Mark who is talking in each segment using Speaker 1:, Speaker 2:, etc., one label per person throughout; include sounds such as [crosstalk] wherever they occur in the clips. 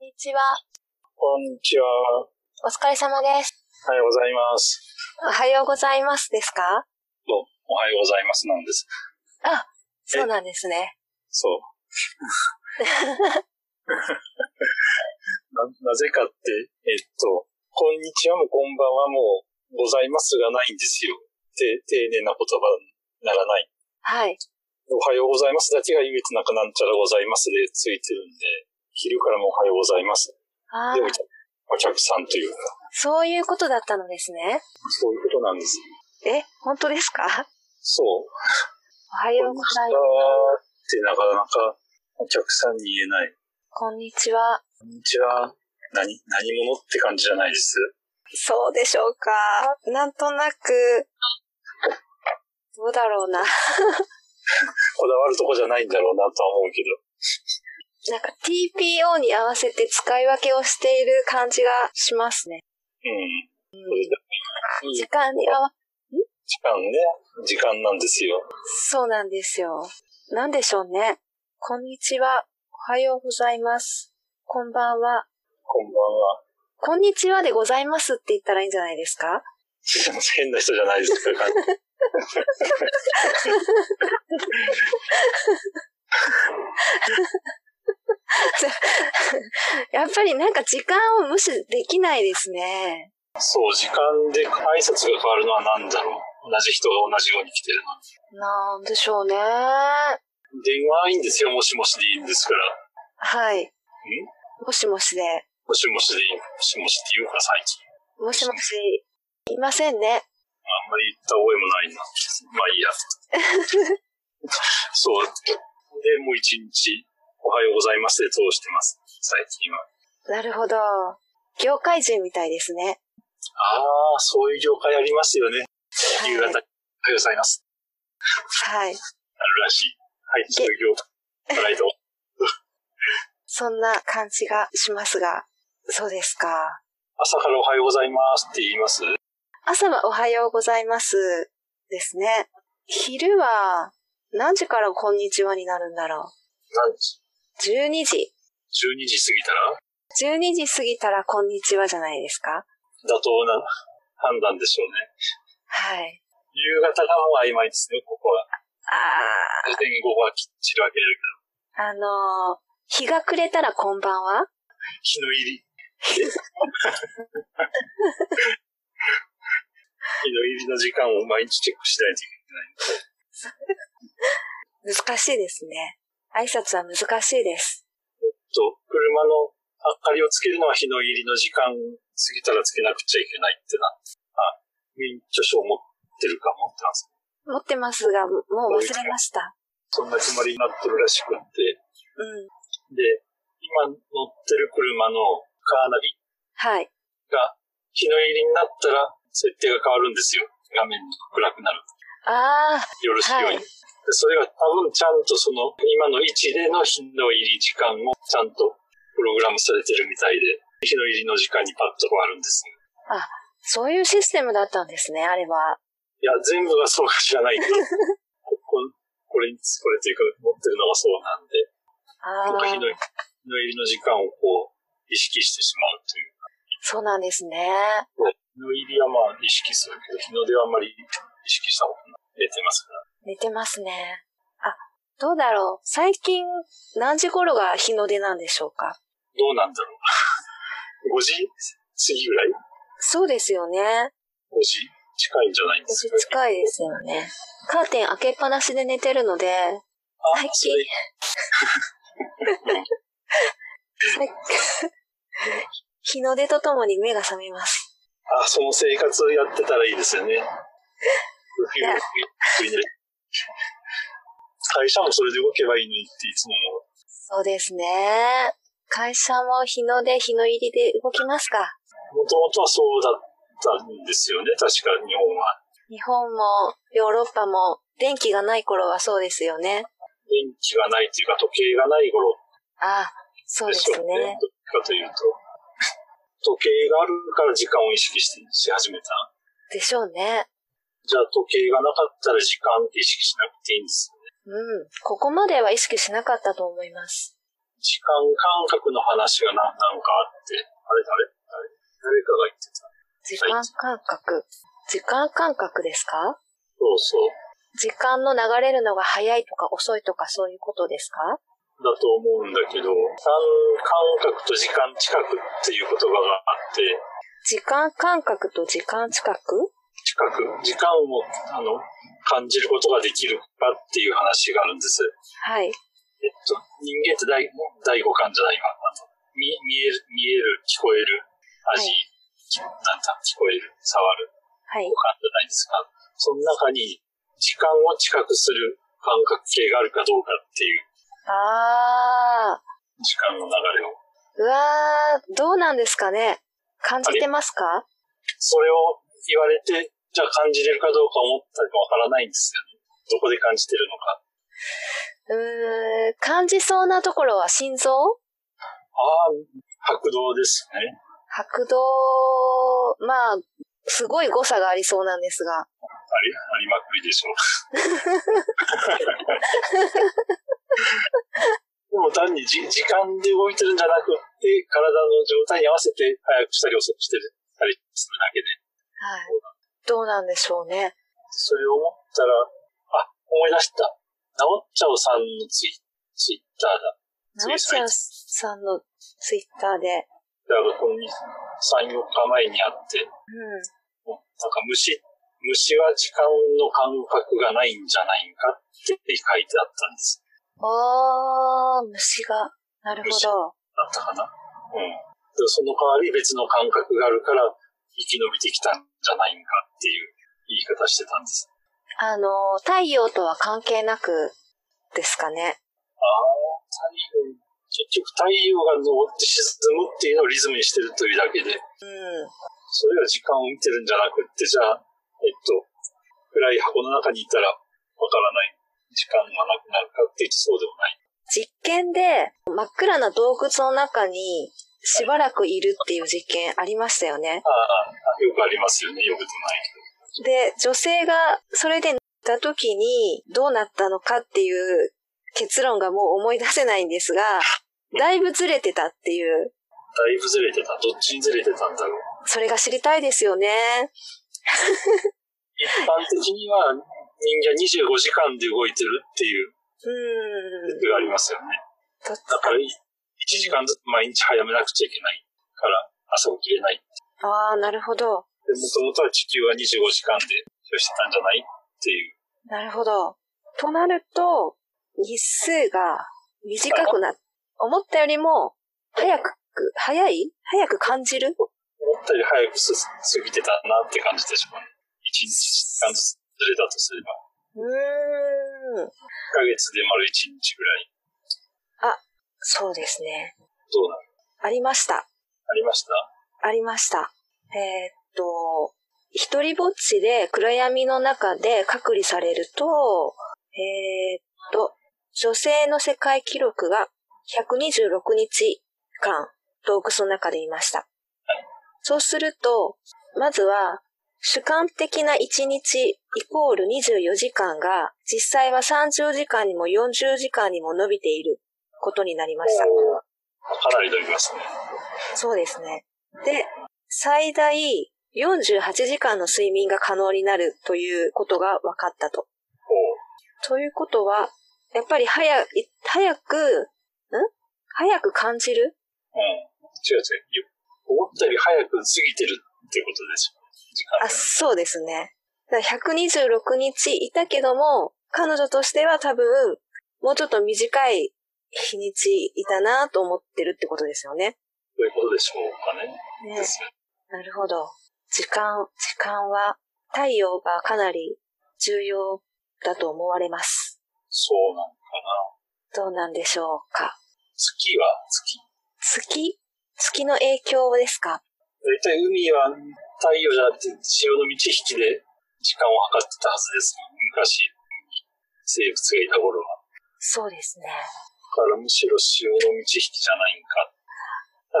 Speaker 1: にちは。
Speaker 2: こんにちは。
Speaker 1: お疲れ様です。
Speaker 2: おはようございます。
Speaker 1: おはようございますですか
Speaker 2: どうおはようございますなんです。
Speaker 1: あ、そうなんですね。 [laughs]
Speaker 2: そう。な、なぜかって、えっと、こんにちはもこんばんはもう、ございますがないんですよ。て、丁寧な言葉にならない。
Speaker 1: はい。
Speaker 2: おはようございますだけが唯一なんかなんちゃらございますでついてるんで、昼からもおはようございます。
Speaker 1: あ
Speaker 2: で、お
Speaker 1: ー
Speaker 2: 客お客さんというか、
Speaker 1: そういうことだったのですね。
Speaker 2: そういうことなんです。
Speaker 1: え、本当ですか
Speaker 2: そう。
Speaker 1: おは
Speaker 2: こ
Speaker 1: ようんご
Speaker 2: にち
Speaker 1: ざ
Speaker 2: はい
Speaker 1: ます。
Speaker 2: ってなかなかお客さんに言えない。
Speaker 1: こんにちは。
Speaker 2: こんにちは。何、何者って感じじゃないです。
Speaker 1: そうでしょうか。なんとなく、どうだろうな。
Speaker 2: こだわるとこじゃないんだろうなとは思うけど。
Speaker 1: なんか TPO に合わせて使い分けをしている感じがしますね。
Speaker 2: うん。
Speaker 1: う
Speaker 2: それ
Speaker 1: ん
Speaker 2: でもいい
Speaker 1: 時間に合わ、
Speaker 2: 時間ね。時間なんですよ。
Speaker 1: そうなんですよ。なんでしょうね。こんにちは。おはようございます。こんばんは。
Speaker 2: こんばんは。
Speaker 1: こんにちはでございますって言ったらいいんじゃないですか
Speaker 2: 変な人じゃないですか。
Speaker 1: やっぱりなんか時間を無視できないですね。
Speaker 2: そう、時間で挨拶が変わるのは何だろう。同じ人が同じように来てるのに。
Speaker 1: なんでしょうね。
Speaker 2: 電話はいいんですよ。もしもしでいいんですから。
Speaker 1: はい。
Speaker 2: ん
Speaker 1: もしもしで。
Speaker 2: もしもしでいい。もしもしって言うか、最近。
Speaker 1: もしもし、いませんね。
Speaker 2: あんまり言った覚えもないな。まあいいや。 [laughs] そう。で、もう一日、おはようございますで通してます。最近は。
Speaker 1: なるほど。業界人みたいですね。
Speaker 2: ああ、そういう業界ありますよね。
Speaker 1: はい
Speaker 2: 夕方、おはようございます。
Speaker 1: はい。
Speaker 2: あるらしい。はい、そういう業界。働いてお
Speaker 1: そんな感じがしますが、そうですか。
Speaker 2: 朝からおはようございますって言います
Speaker 1: 朝はおはようございますですね。昼は何時からこんにちはになるんだろ
Speaker 2: 何時
Speaker 1: う。12時。
Speaker 2: ?12 時過ぎたら
Speaker 1: 12時過ぎたらこんにちはじゃないですか。
Speaker 2: 妥当な判断でしょうね。
Speaker 1: はい。
Speaker 2: 夕方がもう曖昧ですね、ここは。
Speaker 1: あ
Speaker 2: 午前午後はきっちり分けれるけど。
Speaker 1: ー、あのー日が暮れたらこんばんは
Speaker 2: 日の入り。 [laughs] 日の入りの時間を毎日チェックしないといけない。
Speaker 1: 難しいですね。挨拶は難しいです。
Speaker 2: と、車の明かりをつけるのは日の入りの時間過ぎたらつけなくちゃいけないってな。あ、免許証持ってるか持ってます。
Speaker 1: 持ってますが、もう忘れました。
Speaker 2: そんな決まりになってるらしくって。
Speaker 1: うん。
Speaker 2: で、今乗ってる車のカーナビ
Speaker 1: はい。
Speaker 2: が日の入りになったら設定が変わるんですよ。画面が暗くなる。
Speaker 1: あー、
Speaker 2: よろしいように。
Speaker 1: はい
Speaker 2: でそれが多分ちゃんとその今の位置での日の入り時間もちゃんとプログラムされてるみたいで、日の入りの時間にパッと変わるんです。
Speaker 1: そういうシステムだったんですね、あれは。
Speaker 2: いや、全部がそうか知らない
Speaker 1: [laughs]
Speaker 2: けど、こここれ、これというか持ってるのが
Speaker 1: あ
Speaker 2: そうなんで、僕は日の
Speaker 1: ー
Speaker 2: 日、の入りの時間をこう、意識してしまうという。
Speaker 1: そうなんですね。
Speaker 2: 日の入りはまあ意識するけど、日の出はあんまり意識したことない。出てますから。
Speaker 1: 寝てますね。あ、どうだろう。最近何時頃が日の出なんでしょうか。
Speaker 2: どうなんだろう。5時 [laughs] 過ぎぐらい
Speaker 1: そうですよね。
Speaker 2: 5時近いんじゃないんです
Speaker 1: 年
Speaker 2: か、
Speaker 1: 近いですよね。カーテン開けっぱなしで寝てるので、
Speaker 2: あ
Speaker 1: 最
Speaker 2: そ
Speaker 1: 近
Speaker 2: れ、
Speaker 1: 最近日の出とともに目が覚めます。
Speaker 2: あ、その生活をやってたらいいですよね。
Speaker 1: や
Speaker 2: 会社もそれで動けばいいのにっていつも思う。
Speaker 1: そうですね。会社も日の出、日の入りで動きますか。
Speaker 2: もともとはそうだったんですよね、確か日本は。
Speaker 1: 日本もヨーロッパも電気がない頃はそうですよね。
Speaker 2: 電気がないというか時計がない頃
Speaker 1: ああ、そう
Speaker 2: で
Speaker 1: ですす
Speaker 2: よね。
Speaker 1: ね。
Speaker 2: どっちかというと。時計があるから時間を意識してし始めた。
Speaker 1: でしょうね。
Speaker 2: じゃあ時計がなかったら時間って意識しなくていいんですよね。
Speaker 1: うん。ここまでは意識しなかったと思います。
Speaker 2: 時間感覚の話が何なのか
Speaker 1: 間感覚。時間感覚ですか
Speaker 2: そうそう。
Speaker 1: 時間の流れるのが早いとか遅いとかそういうことですか
Speaker 2: だと思うんだけど、間感覚と時間近くっていう言葉があって、
Speaker 1: 時間感覚と時間近く
Speaker 2: 近く、時間を、あの、感じることができるかっていう話があるんです。
Speaker 1: はい。
Speaker 2: えっと、人間って第第五感じゃないかあの見見える、見える、聞こえる、味、
Speaker 1: はい
Speaker 2: きなんだ、聞こえる、触る、
Speaker 1: はい
Speaker 2: 五。感じゃないですか。その中に、時間を近くする感覚系があるかどうかっていう、
Speaker 1: あ
Speaker 2: 時間の流れを。
Speaker 1: ー。うわー、どうなんですかね感じてますか
Speaker 2: それを言われて、じゃあ感じれるかどうか思ったかわからないんですよね。どこで感じてるのか。
Speaker 1: うーん、感じそうなところは心臓
Speaker 2: ああ、白動ですね。
Speaker 1: 拍動、まあ、すごい誤差がありそうなんですが。
Speaker 2: あり、ありまくりでしょう。 [laughs] でも単にじ時間で動いてるんじゃなくって、体の状態に合わせて早くしたり遅くしてるたりするだけで、
Speaker 1: はい。どうなんでしょうね。
Speaker 2: それを思ったら、あ、思い出した。なおっちゃおさんのツイツイッターだ。
Speaker 1: なおちゃんさんのツイッターで、
Speaker 2: だからこの3、4日前にあって、
Speaker 1: うん。
Speaker 2: もうなんか虫、虫は時間の感覚がないんじゃないんかって書いてあったんです。
Speaker 1: おー、虫が。なるほど。
Speaker 2: だったかな。うん。でその代わり別の感覚があるから生き延びてきたんじゃないんかっていう言い方してたんです。
Speaker 1: あの、太陽とは関係なくですかね。
Speaker 2: ああ、太陽、結局太陽が昇って沈むっていうのをリズムにしてるというだけで、
Speaker 1: うん。
Speaker 2: それは時間を見てるんじゃなくって、じゃあ、えっと、暗い箱の中にいたらわからない時間がなくなるかって言うとそうでもない。
Speaker 1: 実験で真っ暗な洞窟の中にしばらくいるっていう実験ありましたよね。
Speaker 2: ああ、よくありますよね。よくでもないけど。
Speaker 1: で、女性がそれで寝た時にどうなったのかっていう結論がもう思い出せないんですが、だいぶずれてたっていう、
Speaker 2: だいぶずれてた。どっちにずれてたんだろう。
Speaker 1: それが知りたいですよね。
Speaker 2: 一般的には人間25時間で動いてるっていう
Speaker 1: うん。
Speaker 2: 説がありますよね。
Speaker 1: と
Speaker 2: だから1時間ずつ毎日早めなくちゃいけないから朝起きれない。
Speaker 1: ああ、なるほど。
Speaker 2: で、もともとは地球は25時間で消してたんじゃないっていう。
Speaker 1: なるほど。となると、日数が短くな、思ったよりも、早く、早い早く感じる
Speaker 2: 思ったより早くす過ぎてたなって感じでしょうね。1時間ずつずれたとすれば、
Speaker 1: うーん。
Speaker 2: 1ヶ月で丸1日ぐらい
Speaker 1: そうですね。
Speaker 2: どうなる
Speaker 1: ありました。
Speaker 2: ありました
Speaker 1: ありました。えーっと、一人ぼっちで暗闇の中で隔離されると、えーっと、女性の世界記録が126日間洞窟の中でいました。そうすると、まずは主観的な1日イコール24時間が実際は30時間にも40時間にも伸びていることになりました。
Speaker 2: おーかなり伸びますね。
Speaker 1: そうですね。で、最大48時間の睡眠が可能になるということが分かったと。
Speaker 2: おー
Speaker 1: ということは、やっぱり早い、早く、ん早く感じる
Speaker 2: うん。違う違う。思ったより早く過ぎてるってことでしょ。時間
Speaker 1: あ、
Speaker 2: が。
Speaker 1: そうですね。だから126日いたけども、彼女としては多分、もうちょっと短い日にちいたなと思ってるってことですよね。
Speaker 2: そういうことでしょうかね。
Speaker 1: ね
Speaker 2: ですよね
Speaker 1: なるほど。時間、時間は、太陽がかなり重要だと思われます。
Speaker 2: そうなの
Speaker 1: ど
Speaker 2: かな。
Speaker 1: うなんでしょうか。
Speaker 2: 月は月。
Speaker 1: 月月の影響ですか
Speaker 2: 大体海は太陽じゃなくて潮の満ち引きで時間を測ってたはずですもん。昔、生物がいた頃は。
Speaker 1: そうですね。
Speaker 2: だからむしろ潮の満ち引きじゃないんか。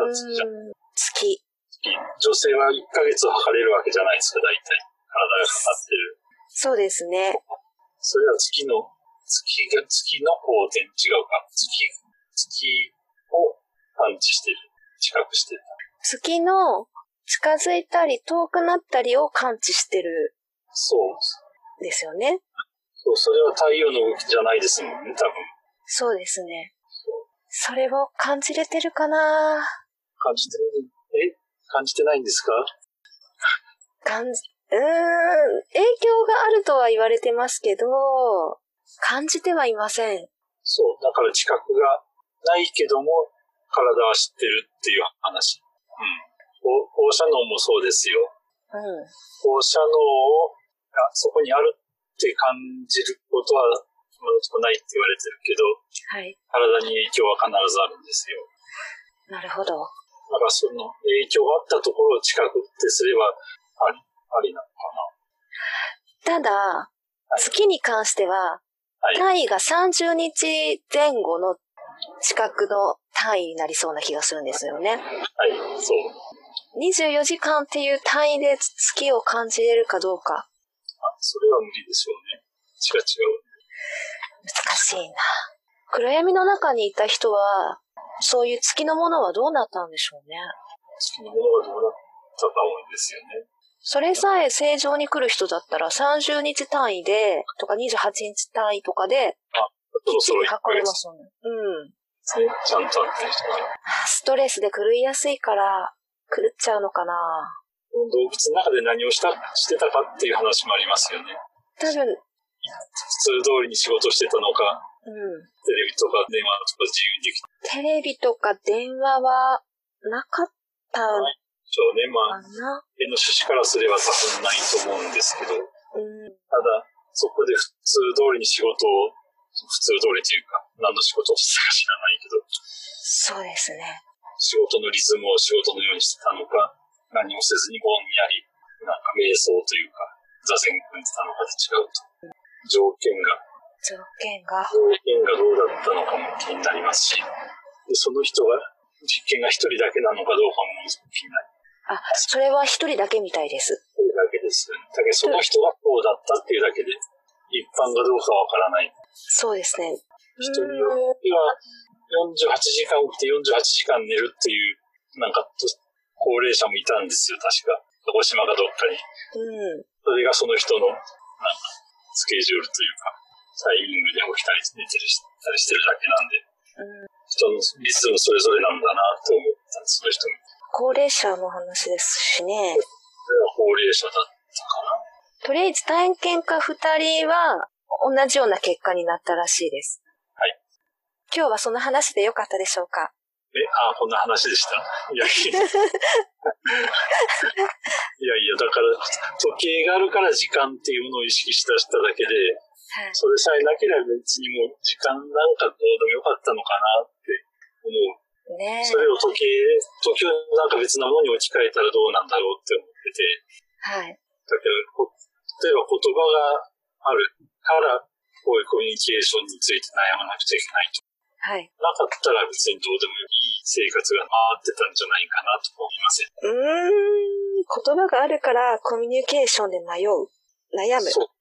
Speaker 2: だから月じゃ
Speaker 1: うん月。
Speaker 2: 女性は1ヶ月を測れるわけじゃないですか、大体。
Speaker 1: そう
Speaker 2: 体が測ってる。
Speaker 1: ですね。
Speaker 2: それは月の、月が、月の光点違うか。月、月を感知してる。知覚してる。
Speaker 1: 月の近づいたり遠くなったりを感知してる
Speaker 2: そ
Speaker 1: ん
Speaker 2: う。
Speaker 1: ですよね。
Speaker 2: そう、それは太陽の動きじゃないですもんね、多分。
Speaker 1: そうですね。それを感じれてるかな
Speaker 2: 感じてる、え感じてないんですか
Speaker 1: 感じ、うーん、影響があるとは言われてますけど、感じてはいません。
Speaker 2: そう。だから知覚がないけども、体は知ってるっていう話。うん。放放射能もそうですよ。
Speaker 1: うん。
Speaker 2: 放射能を、あそこにあるって感じることは、今のところないって言われてるけど、
Speaker 1: はい。
Speaker 2: 体に影響は必ずあるんですよ。
Speaker 1: なるほど。
Speaker 2: だからその影響があったところを近くってすればあり、ありなの
Speaker 1: ただ、
Speaker 2: い
Speaker 1: 月に関しては、
Speaker 2: かな。は
Speaker 1: 単
Speaker 2: い。
Speaker 1: 位が30日前後の近くの単位になりそうな気がするんですよね。
Speaker 2: はい。そう。
Speaker 1: 24時間っていう単位で月を感じれるかどうか。
Speaker 2: あ、それは無理でしょうね。違う違う。
Speaker 1: 難しいな。暗闇の中にいた人は、そういう月のものはどうなったんでしょうね。
Speaker 2: 月のものがどうなったか多いんですよね。
Speaker 1: それさえ正常に来る人だったら30日単位で、とか28日単位とかで、
Speaker 2: そろそろ1ヶ
Speaker 1: 運べま
Speaker 2: 月
Speaker 1: すよね。うん。
Speaker 2: ですね。ちゃんとあってる人が。
Speaker 1: ストレスで狂いやすいから、狂っちゃうのかな
Speaker 2: 動物の中で何をした、してたかっていう話もありますよね。
Speaker 1: 多分、
Speaker 2: 普通通りに仕事してたのか、
Speaker 1: うん。
Speaker 2: テレビとか電話とか自由にできた
Speaker 1: テ
Speaker 2: ん
Speaker 1: レビとか電話はなかったの
Speaker 2: でしょうね。まあ、
Speaker 1: かな、
Speaker 2: 絵の趣旨からすれば多分ないと思うんですけ
Speaker 1: うん。
Speaker 2: ど、ただ、そこで普通通りに仕事を、普通通りというか、何の仕事をしてた
Speaker 1: そう
Speaker 2: か知らないけど、
Speaker 1: ですね。
Speaker 2: 仕事のリズムを仕事のようにしてたのか、何もせずにぼんやり、なんか瞑想というか、座禅組んでたのかで違うと。条件が、
Speaker 1: 条件が。
Speaker 2: 条件がどうだったのかも気になりますし、でその人が、実験が一人だけなのかどうかも気にな
Speaker 1: あ、
Speaker 2: る。
Speaker 1: それは一人だけみたいです。
Speaker 2: それだけですよね。だけどその人がこうだったっていうだけで、一般がどうかわからない。
Speaker 1: そうですね。
Speaker 2: 人によっては、48時間起きて48時間寝るっていう、なんかと、高齢者もいたんですよ、確か。鹿児島かどっかに。
Speaker 1: うん。うん。
Speaker 2: それがその人の、なんか、スケジュールというか、タイミングで起きたり寝てるしたりしてるだけなんで、人のリズムそれぞれなんだなと思ったんです、その人も。
Speaker 1: 高齢者の話ですしね。
Speaker 2: それは高齢者だったかな。
Speaker 1: とりあえず体験家二人は同じような結果になったらしいです。
Speaker 2: はい。
Speaker 1: 今日はその話でよかったでしょうか
Speaker 2: え、あこんな話でした。いや、い [laughs] やいやいや、だから、時計があるから時間っていうものを意識しだしただけで、
Speaker 1: はい。
Speaker 2: それさえなければ別にもう時間なんかどうでもよかったのかなって思う。
Speaker 1: ねえ。
Speaker 2: それを時計、時計をなんか別なものに置き換えたらどうなんだろうって思っ
Speaker 1: はい。
Speaker 2: てて、だけど、こ例えば言葉があるから、こういうコミュニケーションについて悩まなくちゃいけ
Speaker 1: はい。
Speaker 2: ないと。なかったら別にどうでもいい生活が回ってたんじゃないかなと思いません。
Speaker 1: うーん。言葉があるからコミュニケーションで迷う。悩む。
Speaker 2: そう。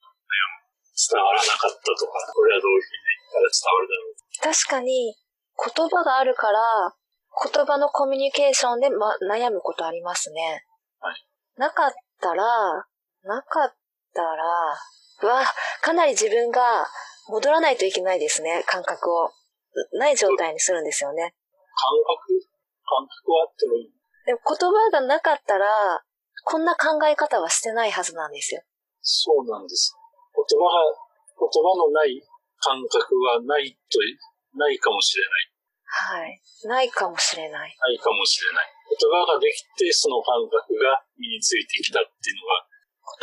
Speaker 2: 伝わらなかったとか、これはどういうふうに言ったら伝わるだろう。
Speaker 1: 確かに、言葉があるから、言葉のコミュニケーションで、ま、悩むことありますね。
Speaker 2: は
Speaker 1: なかったら、なかったら、うわ、かなり自分が戻らないといけないですね、感覚を。うない状態にするんですよね。
Speaker 2: 感覚感覚はあってもいい。
Speaker 1: でも言葉がなかったら、こんな考え方はしてないはずなんですよ。
Speaker 2: そうなんです。言葉が、言葉のない感覚はないとい、ないかもしれない。
Speaker 1: はい。ないかもしれない。
Speaker 2: ないかもしれない。言葉ができて、その感覚が身についてきたっていう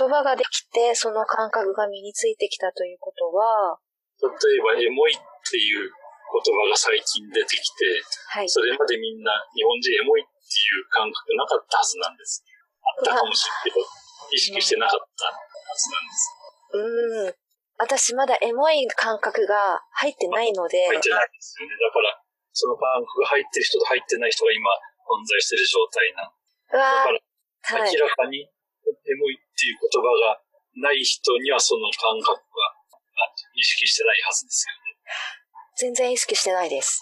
Speaker 2: の
Speaker 1: 言
Speaker 2: が、
Speaker 1: 葉ができて、その感覚が身についてきたということは、
Speaker 2: 例えば、エモいっていう言葉が最近出てきて、
Speaker 1: はい。
Speaker 2: それまでみんな日本人エモいっていう感覚なかったはずなんです。あったかもしれないけど、意識してなかったはずなんです。
Speaker 1: うーん。私まだエモい感覚が入ってないので、
Speaker 2: 入ってないですよね。だから、その感覚が入ってる人と入ってない人が今混在してる状態な
Speaker 1: うわー
Speaker 2: の。だか
Speaker 1: は
Speaker 2: ら、
Speaker 1: い
Speaker 2: 明。らかにエモいっていう言葉がない人にはその感覚があ意識してないはずです
Speaker 1: 全
Speaker 2: よね。
Speaker 1: 然意識してないです。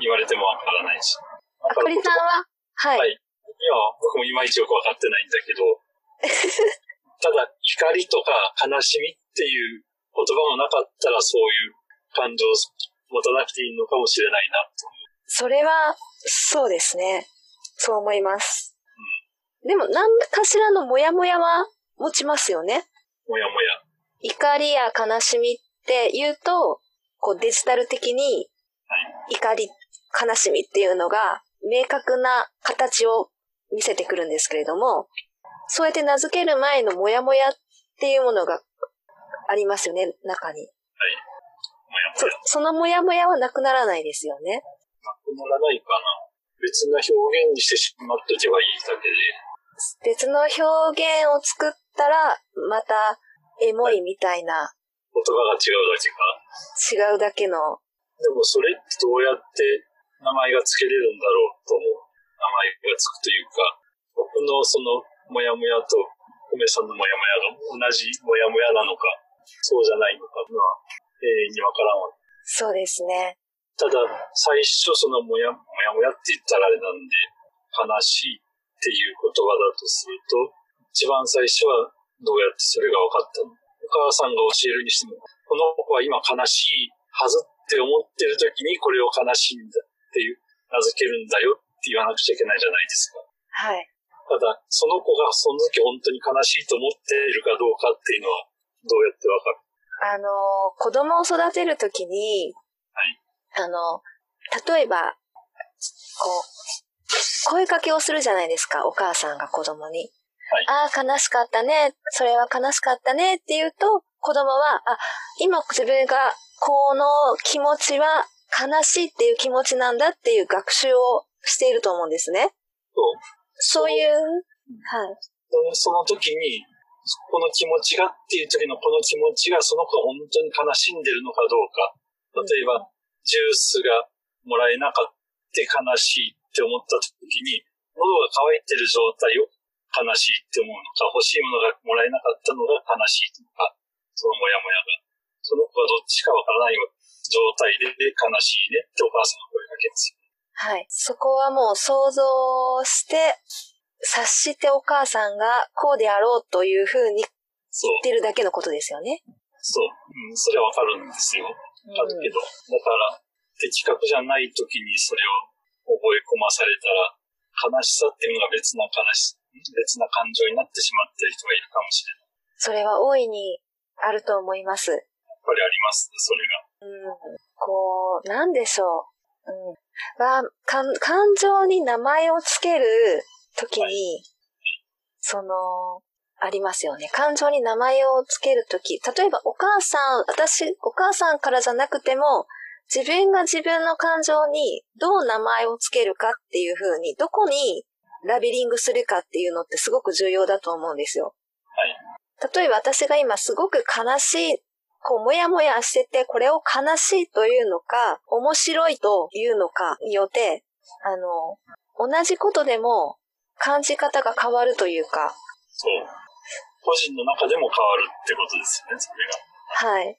Speaker 2: 言われてもわからないし。
Speaker 1: あ
Speaker 2: だ
Speaker 1: く
Speaker 2: から
Speaker 1: りさんははい。
Speaker 2: はい。言今、僕もいまいちよくわかってないんだけど、ただ、怒りとか悲しみっていう言葉もなかったら、そういう感情を持たなくていいのかもしれないなと思う。
Speaker 1: それは、そうですね。そう思います。でも、何かしらのモヤモヤは持ちますよね。
Speaker 2: もやもや。
Speaker 1: 怒りや悲しみって言うと、こうデジタル的に怒り、悲しみっていうのが明確な形を見せてくるんですけれども、そうやって名付ける前のモヤモヤっていうものがありますよね、中に。
Speaker 2: もやも
Speaker 1: そ
Speaker 2: や。
Speaker 1: そのモヤモヤはなくならないですよね。
Speaker 2: なくならないかな。別な表現にしてしまっとけばいいだけで、
Speaker 1: 別の表現を作ったら、またエモいみたいな
Speaker 2: 言葉が違うだけか。
Speaker 1: 違うだけの、
Speaker 2: でもそれってどうやって名前が付けれるんだろうと思う。名前が付くというか、僕のそのモヤモヤと梅さんのモヤモヤが同じモヤモヤなのか、そうじゃないのかまあ永遠にわからんわ。
Speaker 1: そうですね。
Speaker 2: ただ、最初そのモヤモヤモヤって言ったらあれなんで、悲しいっていう言葉だとすると、一番最初はどうやってそれが分かったのお母さんが教えるにしても、この子は今悲しいはずって思ってる時にこれを悲しいんだっていう、名付けるんだよって言わなくちゃいけないじゃないですか。
Speaker 1: はい。
Speaker 2: ただ、その子がその時本当に悲しいと思っているかどうかっていうのは、どうやって分かる
Speaker 1: あの、子供を育てるときに、
Speaker 2: はい
Speaker 1: あの、例えば、こう、声かけをするじゃないですか、お母さんが子供に。
Speaker 2: はい
Speaker 1: ああ、悲しかったね。それは悲しかったね。って言うと、子供は、あ、今自分がこの気持ちは悲しいっていう気持ちなんだっていう学習をしていると思うんですね。
Speaker 2: と、
Speaker 1: そういう、はい。
Speaker 2: その時に、この気持ちがっていう時のこの気持ちがその子が本当に悲しんでるのかどうか。例えば、ジュースがもらえなかった悲しいって思った時に、喉が渇いてる状態を悲しいって思うのか、欲しいものがもらえなかったのが悲しいのか、そのモヤモヤが。その子がどっちかわからない状態でで悲しいねってお母さんの声かけですよ。
Speaker 1: はい。そこはもう想像して、察してお母さんがこうであろうというふうに言っ
Speaker 2: そう。
Speaker 1: てるだけのことですよね。
Speaker 2: そう。うん、それはわかるんですよ。あるけど、だから、的確じゃない時にそれを覚え込まされたら、悲しさっていうのが別な悲し、別な感情になってしまってる人がいるかもしれない。
Speaker 1: それは大いにあると思います。
Speaker 2: やっぱりありますね、それが。
Speaker 1: うん、こう、なんでしょう。うん。は、かん感情に名前をつけるときに、
Speaker 2: は
Speaker 1: その、ありますよね。感情に名前をつけるとき。例えば、お母さん、私、お母さんからじゃなくても、自分が自分の感情にどう名前をつけるかっていうふうに、どこにラベリングするかっていうのってすごく重要だと思うんですよ。
Speaker 2: はい。
Speaker 1: 例えば私が今すごく悲しい、こう、もやもやしてて、これを悲しいというのか、面白いというのかによって、あの、同じことでも感じ方が変わるというか、
Speaker 2: そう。個人の中でも変わるってことですよね、それが。
Speaker 1: はい。
Speaker 2: だ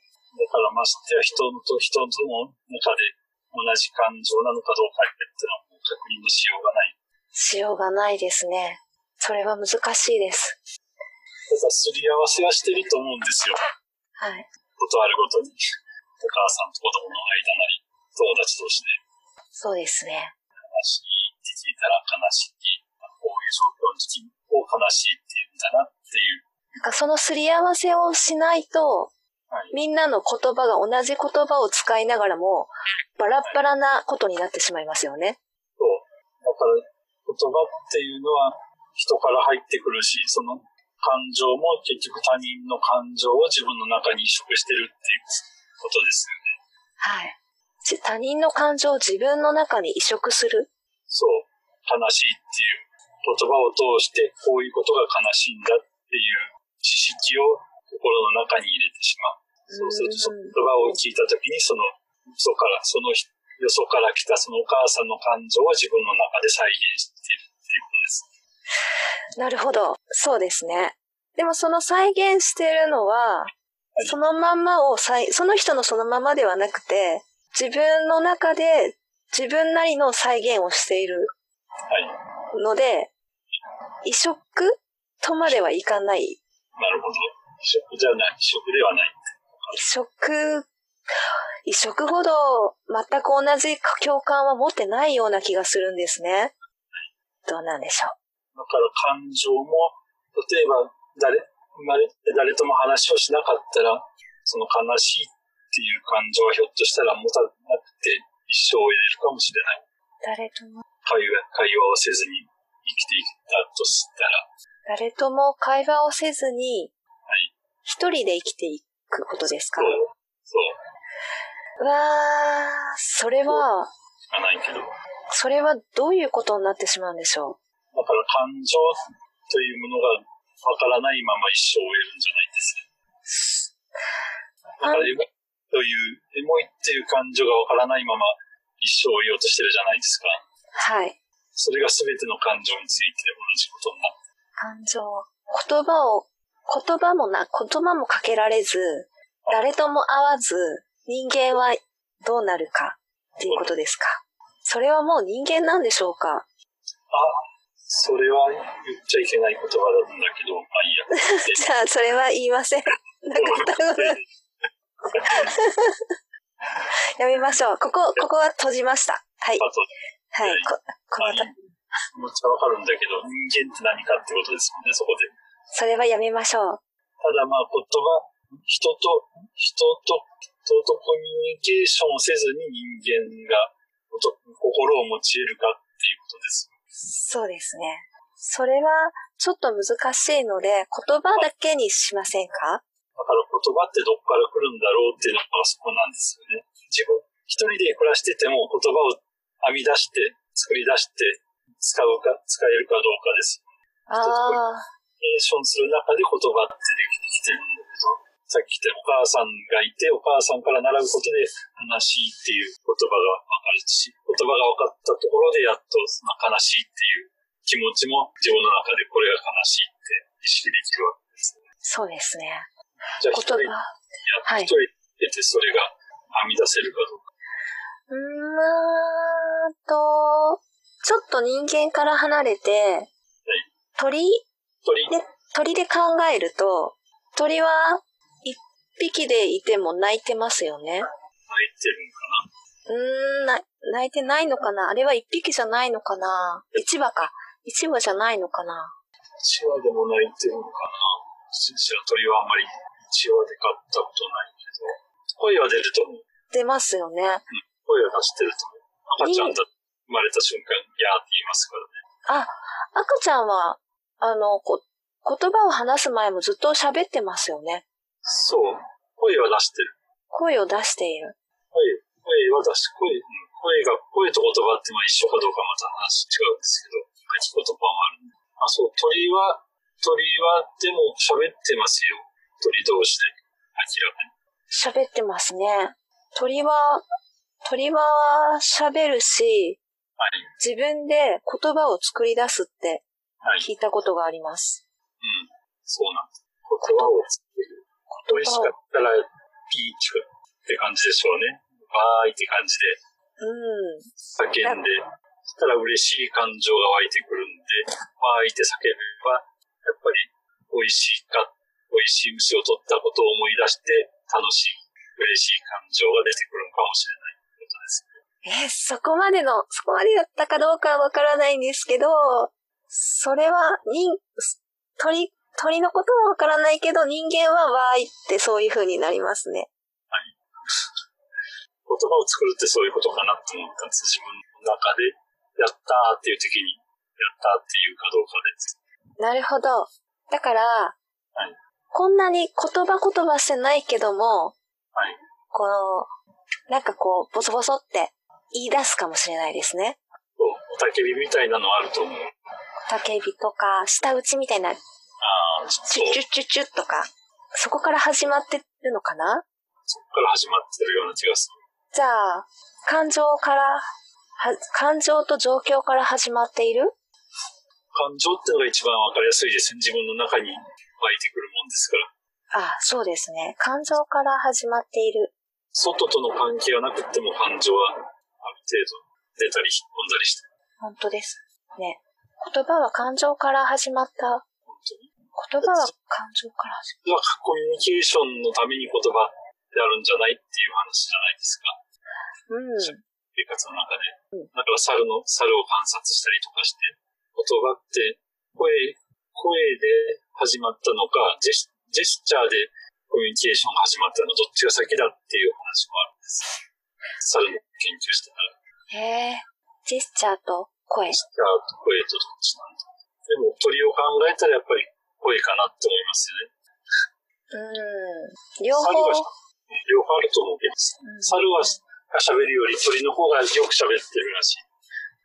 Speaker 2: からましてや人と人との中で同じ感情なのかどうかっていうのはもう確認のしようがない。
Speaker 1: しようがないですね。それは難しいです。
Speaker 2: ただ、すり合わせはしてると思うんですよ。
Speaker 1: はい。
Speaker 2: ことあるごとに。お母さんと子供の間なり、友達同士で
Speaker 1: そうですね。
Speaker 2: 悲しいって聞いたら悲しい。こういう状況の時を悲しいって言うんだなっていう。
Speaker 1: なんかそのすり合わせをしないと、
Speaker 2: はい。
Speaker 1: みんなの言葉が同じ言葉を使いながらも、バラッバラなことになってしまいますよね。
Speaker 2: そう。だから言葉っていうのは人から入ってくるし、その感情も結局他人の感情を自分の中に移植してるっていうことですよね。
Speaker 1: はい。じ他人の感情を自分の中に移植する。
Speaker 2: そう。悲しいっていう言葉を通してこういうことが悲しいんだっていう知識を心の中に入れてしまう。そうすると、その言葉を聞いたときに、その、そから、その人、よそから来たそのお母さんの感情を自分の中で再現しているっていうことです。
Speaker 1: なるほど。そうですね。でもその再現してるのは、
Speaker 2: い
Speaker 1: そのまんまを再、その人のそのままではなくて、自分の中で自分なりの再現をしている
Speaker 2: はい。
Speaker 1: ので、移植とまではいかない。移
Speaker 2: なるほど。移植じゃない。移植ではない。
Speaker 1: 植、移植ほど全く同じ共感は持ってないような気がするんですね。どうなんでしょ
Speaker 2: だから感情も、例えば誰、生まれて誰とも話をしなかったら、その悲しいっていう感情はひょっとしたら持たなくて一生を入れるかもしれない。
Speaker 1: う。誰とも、
Speaker 2: 会話、会話をせずに生きていったとしたら、
Speaker 1: 誰とも会話をせずに
Speaker 2: はい、
Speaker 1: 一人で生きていくことですか
Speaker 2: そう、そう、
Speaker 1: うわー、それは、
Speaker 2: しかないけど。だか
Speaker 1: それはどういうことになってしまうんでしょ
Speaker 2: ら感情というものがわからないまま一生を終えるんじゃないんですね。だから、エモいという、エモいっていう感情がわからないまま一生を終えようとしてるじゃないですか。
Speaker 1: う。はい。
Speaker 2: それが全ての感情について同じことになって、
Speaker 1: 感情。言葉を、言葉もな、言葉もかけられず、誰とも会わず、人間はどうなるかっていうことですか。それはもう人間なんでしょうか
Speaker 2: それは言っちゃいけない言葉なんだけど、まあいいや。
Speaker 1: じゃあ、それは言いま [laughs] せん。なかったこと。 [laughs] やめましょう。ここ、ここは閉じました。はい。
Speaker 2: あと、
Speaker 1: はい。こ、こ
Speaker 2: まあ
Speaker 1: の
Speaker 2: いい。
Speaker 1: と、
Speaker 2: 気持ちはわかるんだけど、人間って何かってことですもんね、そこで。
Speaker 1: それはやめましょう。
Speaker 2: ただまあ言葉、人と、人と、人とコミュニケーションをせずに人間がこと心を持ち得るかっていうことです。
Speaker 1: そうですね。それは、ちょっと難しいので、言葉だけにしませんか
Speaker 2: だから言葉ってどっから来るんだろうっていうのがそこなんですよね。自分、一人で暮らしてても言葉を編み出して、作り出して、使うか、使えるかどうかです。
Speaker 1: ああ、
Speaker 2: コミュニケーションする中で言葉ってできてきてるんだけど、さっき言ったお母さんがいて、お母さんから習うことで悲しいっていう言葉がわかるし、言葉が分かったところでやっとその悲しいっていう気持ちも自分の中でこれが悲しいって意識できるわけです。
Speaker 1: そうですね。
Speaker 2: じゃあ
Speaker 1: 言
Speaker 2: 一人で
Speaker 1: 葉。はい
Speaker 2: やっといてて、それがはみ出せるかどうか。
Speaker 1: うーんと、ちょっと人間から離れて、鳥
Speaker 2: 鳥、
Speaker 1: で、鳥で考えると、鳥は一匹でいても泣いてますよね。
Speaker 2: 泣いてるのか
Speaker 1: うー
Speaker 2: な
Speaker 1: ん、な泣いてないのかなあれは一匹じゃないのかな一羽か。一羽じゃないのかな
Speaker 2: 一羽でも泣いてるのかな私は鳥はあんまり一羽で飼ったことないけど、声は出ると思う。
Speaker 1: 出ますよね。
Speaker 2: 声を出してると思う。赤ちゃんだ、生まれた瞬間、やーって言いますからね。
Speaker 1: あ、赤ちゃんは、あの、こ、言葉を話す前もずっと喋ってますよね。
Speaker 2: そう。声は出してる。
Speaker 1: 声を出している。
Speaker 2: 声、声は出して、声、うん声が、声と言葉ってまあ一緒かどうかまた話違うんですけど、書き言葉もあるんで。あ、そう、鳥は、鳥は、でも喋ってますよ。鳥同士で。明らか
Speaker 1: 喋
Speaker 2: に。
Speaker 1: ってますね。鳥は、鳥は喋るし、
Speaker 2: はい。
Speaker 1: 自分で言葉を作り出すって
Speaker 2: はい。
Speaker 1: 聞いたことがあります。
Speaker 2: うん。そうなんです。言葉をつける。鳥しかったら、ピーチクって感じでしょうね。わーいって感じで。
Speaker 1: うん。
Speaker 2: 叫んで、そしたら嬉しい感情が湧いてくるんで、湧いて叫べば、やっぱり美味しいか、美味しい虫を取ったことを思い出して、楽しい、嬉しい感情が出てくるのかもしれないってことです。
Speaker 1: え、そこまでの、そこまでだったかどうかはわからないんですけど、それは、人、鳥、鳥のこともわからないけど、人間はわーいってそういう風になりますね。
Speaker 2: 言葉を作るってそういうことかなって思ったんです。自分の中で、やったーっていう時に、やったーっていうかどうかです。
Speaker 1: なるほど。だから、
Speaker 2: い
Speaker 1: こんなに言葉言葉してないけども、
Speaker 2: はい。
Speaker 1: こう、なんかこう、ボソボソって言い出すかもしれないですね。
Speaker 2: そうおたけびみたいなのあると思う。
Speaker 1: たけびとか、舌打ちみたいな、
Speaker 2: ああ、
Speaker 1: チ
Speaker 2: そ
Speaker 1: ュ
Speaker 2: う
Speaker 1: ッチュッチュッチュッとか、そこから始まってるのかな
Speaker 2: そこから始まってるような気がする。
Speaker 1: じゃあ、感情から、は、感情と状況から始まっている
Speaker 2: 感情ってのが一番わかりやすいですね。自分の中に湧いてくるもんですから。
Speaker 1: あそうですね。感情から始まっている。
Speaker 2: 外との関係がなくっても感情はある程度出たり引っ込んだりして。
Speaker 1: 本当です。ね。言葉は感情から始まった。
Speaker 2: 本当に。
Speaker 1: 言葉は感情から始
Speaker 2: それはコミュニケーションのために言葉であるんじゃないっていう話じ
Speaker 1: まった。う
Speaker 2: ゃないですか。
Speaker 1: ん。
Speaker 2: 生活の中で
Speaker 1: うん。
Speaker 2: だから猿の、猿を観察したりとかして、言葉って声、声で始まったのか、ジェスジェスチャーでコミュニケーションが始まったの、どっちが先だっていう話もあるんです。猿の研究してたら、
Speaker 1: へえ。ジェスチャーと声。
Speaker 2: ジェスチャーと声とどっちなんだ。でも鳥を考えたらやっぱり声かなって思いますよね。
Speaker 1: うん。両方。
Speaker 2: 猿は両方あると思うけど、猿は喋るより鳥の方がよく喋ってるらし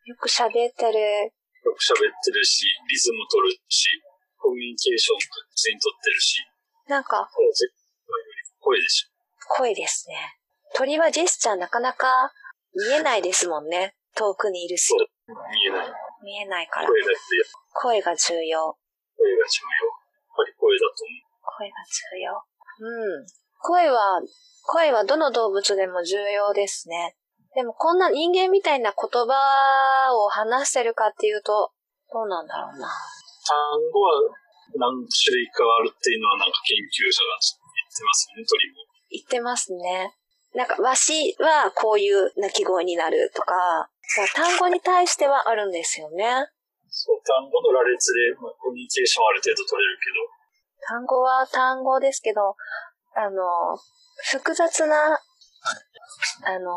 Speaker 2: い。
Speaker 1: よく喋ってる。
Speaker 2: よく喋ってるし、リズム取るし、コミュニケーション確実に取ってるし、
Speaker 1: なんか、
Speaker 2: 声より声でしょ。
Speaker 1: 声ですね。鳥はジェスチャーなかなか見えないですもんね。遠くにいるし
Speaker 2: そ。見えない。
Speaker 1: 見えないから
Speaker 2: 声。だって、
Speaker 1: 声が重要。
Speaker 2: 声が重要。やっぱり声だと思う。
Speaker 1: 声が重要。うん。声は、声はどの動物でも重要ですね。でもこんな人間みたいな言葉を話してるかっていうと、どうなんだろうな。
Speaker 2: 単語は何種類かあるっていうのはなんか研究者が言ってますよね、鳥も。
Speaker 1: 言ってますね。なんか、わしはこういう鳴き声になるとか、まあ単語に対してはあるんですよね。
Speaker 2: そう、単語の羅列で、まあ、コミュニケーションはある程度取れるけど、
Speaker 1: 単語は単語ですけど、あの、複雑な、あの、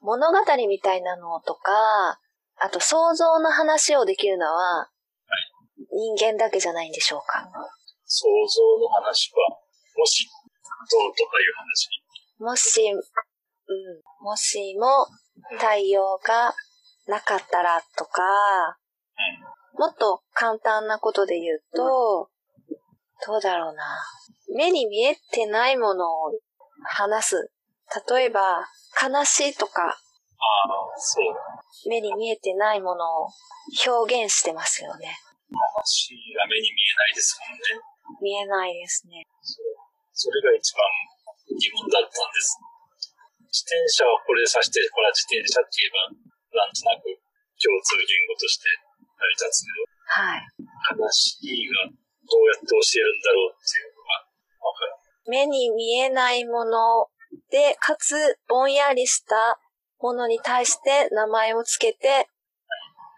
Speaker 1: 物語みたいなのとか、あと想像の話をできるのは、人間だけじゃないんでしょうか。
Speaker 2: 想像の話は、もし、どうとかいう話に
Speaker 1: もし、うん、もしも太陽がなかったらとか、もっと簡単なことで言うと、どうだろうな。目に見えてないものを話す。例えば、悲しいとか、
Speaker 2: ああ、そう。
Speaker 1: 目に見えてないものを表現してますよね。
Speaker 2: 話が目に見えないですもんね。
Speaker 1: 見えないですね。
Speaker 2: それが一番疑問だったんです。自転車はこれ指して、これは自転車って言えば、なんとなく共通言語として成り立つけ
Speaker 1: はい。
Speaker 2: ど、話がどうやって教えるんだろうっていうのがわかる。
Speaker 1: 目に見えないもので、かつぼんやりしたものに対して名前をつけて、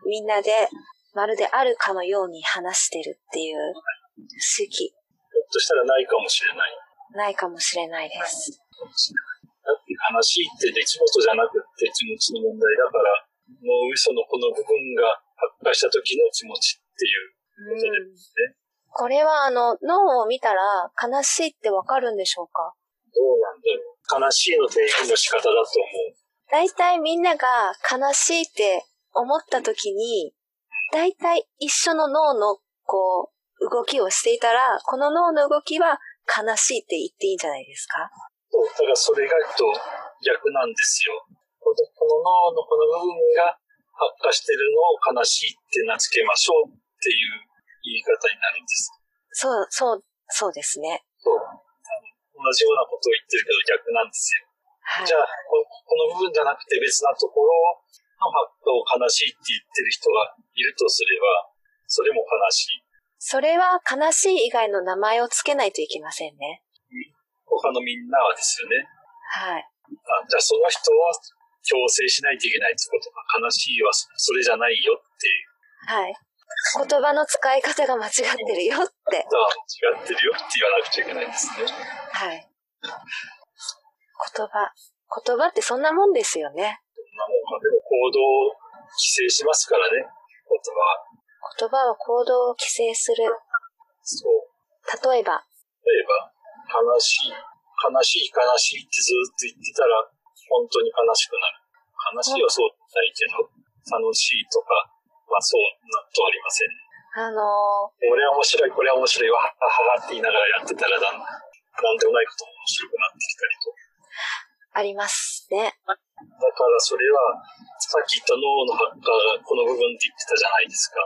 Speaker 1: みんなでまるであるかのように話してるっていう不思議
Speaker 2: ひょっとしたらないかもしれない。
Speaker 1: ないかもしれないです。
Speaker 2: かもしれないだって話って出来事じゃなくって気持ちの問題だから、脳みそのこの部分が発火した時の気持ちっていう
Speaker 1: うんこれはあの、脳を見たら悲しいってわかるんでしょうか
Speaker 2: どうなんだろう。悲しいの定義の仕方だと思う。
Speaker 1: だいたいみんなが悲しいって思った時に、だいたい一緒の脳のこう、動きをしていたら、この脳の動きは悲しいって言っていいんじゃないですか
Speaker 2: そう、だからそれがと逆なんですよ。このこの脳のこの部分が発火してるのを悲しいって名付けましょうっていう言い方になるんです。
Speaker 1: そう、そう、そうですね。
Speaker 2: そう。あの同じようなことを言ってるけど逆なんですよ。
Speaker 1: はい
Speaker 2: じ。ゃあこ、この部分じゃなくて別なところの発火を悲しいって言ってる人がいるとすれば、それも悲しい。
Speaker 1: それは悲しい以外の名前をつけないといけませんね。
Speaker 2: 他のみんなはですよね。
Speaker 1: はい。
Speaker 2: あじゃあその人を強制しないといけないってことか、悲しいはそそれじゃないよっていう。
Speaker 1: はい。言葉の使い方が間違ってるよって。
Speaker 2: 違ってるよって言わなくちゃいけないんですね。
Speaker 1: はい。言葉。言葉ってそんなもんですよね。
Speaker 2: まあ、もうでも行動を規制しますからね、言葉は。
Speaker 1: 言葉は行動を規制する。
Speaker 2: そう。
Speaker 1: 例えば、
Speaker 2: 例えば、悲しい、悲しい、悲しいってずっと言ってたら、本当に悲しくなる。悲しいはそうじゃないけど、楽しいとか、まあそうなんとありません。
Speaker 1: あの
Speaker 2: 俺は面白い、これは面白い、わはははって言いながらやってたらだん、なんでもないことも面白くなってき
Speaker 1: ー、
Speaker 2: たりと。
Speaker 1: ありますね。
Speaker 2: だからそれは、さっき言った脳の発火がこの部分って言ってたじゃないですか。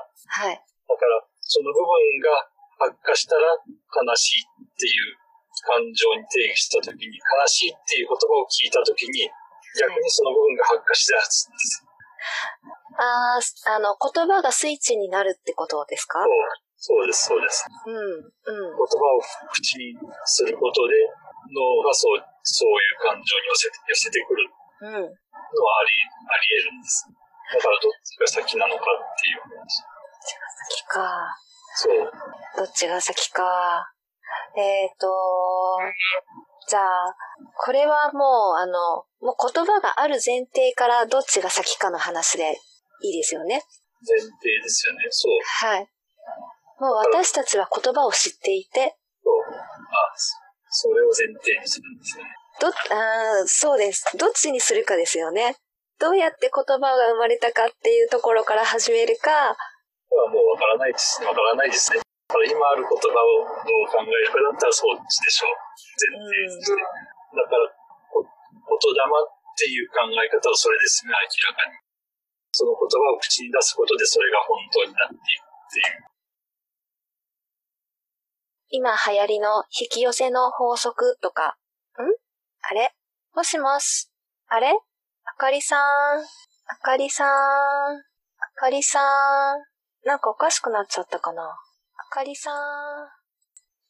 Speaker 1: はい。
Speaker 2: だから、その部分が悪化したら悲しいっていう感情に定義したときに、悲しいっていう言葉を聞いたときに、逆にその部分が発火しだすんです。
Speaker 1: あーあの、言葉がスイッチになるってことですか
Speaker 2: そうです、そうです。
Speaker 1: うん、うん
Speaker 2: 言葉。を口にすることで、脳がそう、そういう感情に寄せて、寄せてくる
Speaker 1: うん。
Speaker 2: のはあり、あり得るんです。だからどっちが先なのかっていう話。
Speaker 1: 先か。
Speaker 2: そう。
Speaker 1: どっちが先か。えっ、と、じゃあ、これはもう、あの、もう言葉がある前提からどっちが先かの話でいいですよね。
Speaker 2: 前提ですよね。そう。
Speaker 1: はい。もう私たちは言葉を知っていて、
Speaker 2: そうあ、そそれを前提にするんですね。
Speaker 1: ど、あーそうです。どっちにするかですよね。どうやって言葉が生まれたかっていうところから始めるか、
Speaker 2: これはもうわからないですね。わからないですね。だから今ある言葉をどう考えるかだったらそうでしょう。前提ですね。だから、こ言霊っていう考え方はそれですね、明らかに。その言葉を口に出すことでそれが本当になっていくっていう。
Speaker 1: 今流行りの引き寄せの法則とか、んあれもしもしあれあかりさんあかりさんあかりさんなんかおかしくなっちゃったかなあかりさん